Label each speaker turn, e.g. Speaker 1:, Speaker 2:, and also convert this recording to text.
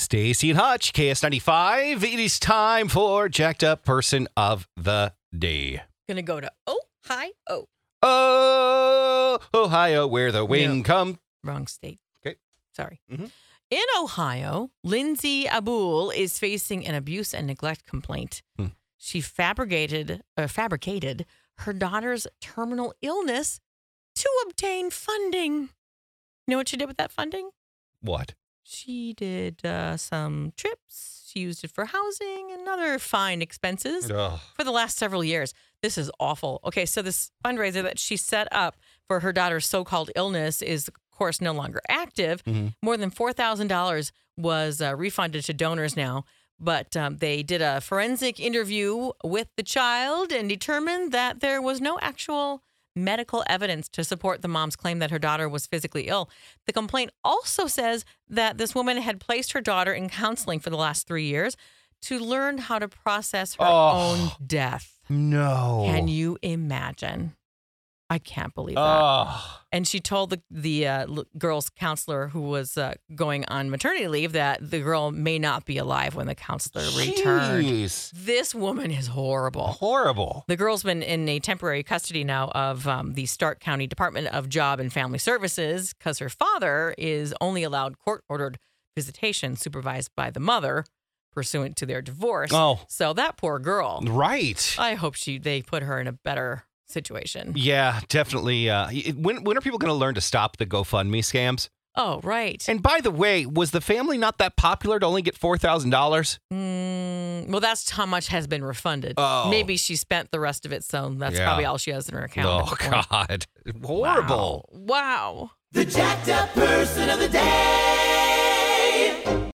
Speaker 1: Stacy and Hutch, KS95. It is time for Jacked Up Person of the Day.
Speaker 2: Gonna go to oh hi oh
Speaker 1: Oh, Ohio, where the wind
Speaker 2: Yeah.
Speaker 1: comes.
Speaker 2: wrong state.
Speaker 1: Okay.
Speaker 2: sorry.
Speaker 1: Mhm.
Speaker 2: In Ohio, Lindsay Abul is facing an abuse and neglect complaint.
Speaker 1: Hmm.
Speaker 2: She fabricated uh, fabricated her daughter's terminal illness to obtain funding. You know what she did with that funding?
Speaker 1: What?
Speaker 2: She did uh, some trips. She used it for housing and other fine expenses
Speaker 1: Ugh.
Speaker 2: for the last several years. This is awful. Okay, so this fundraiser that she set up for her daughter's so called illness is, of course, no longer active.
Speaker 1: Mhm.
Speaker 2: More than $4,000 was uh, refunded to donors now, but um, they did a forensic interview with the child and determined that there was no actual medical evidence to support the mom's claim that her daughter was physically ill. The complaint also says that this woman had placed her daughter in counseling for the last three years to learn how to process her
Speaker 1: Oh.
Speaker 2: own death.
Speaker 1: No.
Speaker 2: Can you imagine? I can't believe that.
Speaker 1: Ah. Ugh.
Speaker 2: and she told the the uh, l- girl's counselor who was uh, going on maternity leave that the girl may not be alive when the counselor returned.
Speaker 1: Jeez.
Speaker 2: This woman is horrible.
Speaker 1: Horrible.
Speaker 2: The girl's been in a temporary custody now of um, the Stark County Department of Job and Family Services because her father is only allowed court ordered visitation supervised by the mother pursuant to their divorce.
Speaker 1: Oh.
Speaker 2: So that poor girl.
Speaker 1: Right.
Speaker 2: I hope she they put her in a better situation.
Speaker 1: Yeah, definitely. Uh, it- when, when are people going to learn to stop the GoFundMe scams?
Speaker 2: Oh, right.
Speaker 1: And by the way, was the family not that popular to only get $4,000?
Speaker 2: Mm, well, that's how much has been refunded.
Speaker 1: Oh.
Speaker 2: Maybe she spent the rest of it, so that's
Speaker 1: Yeah.
Speaker 2: probably all she has in her account. at
Speaker 1: Oh,
Speaker 2: the point.
Speaker 1: God. Horrible.
Speaker 2: Wow.
Speaker 3: The jacked up person of the day.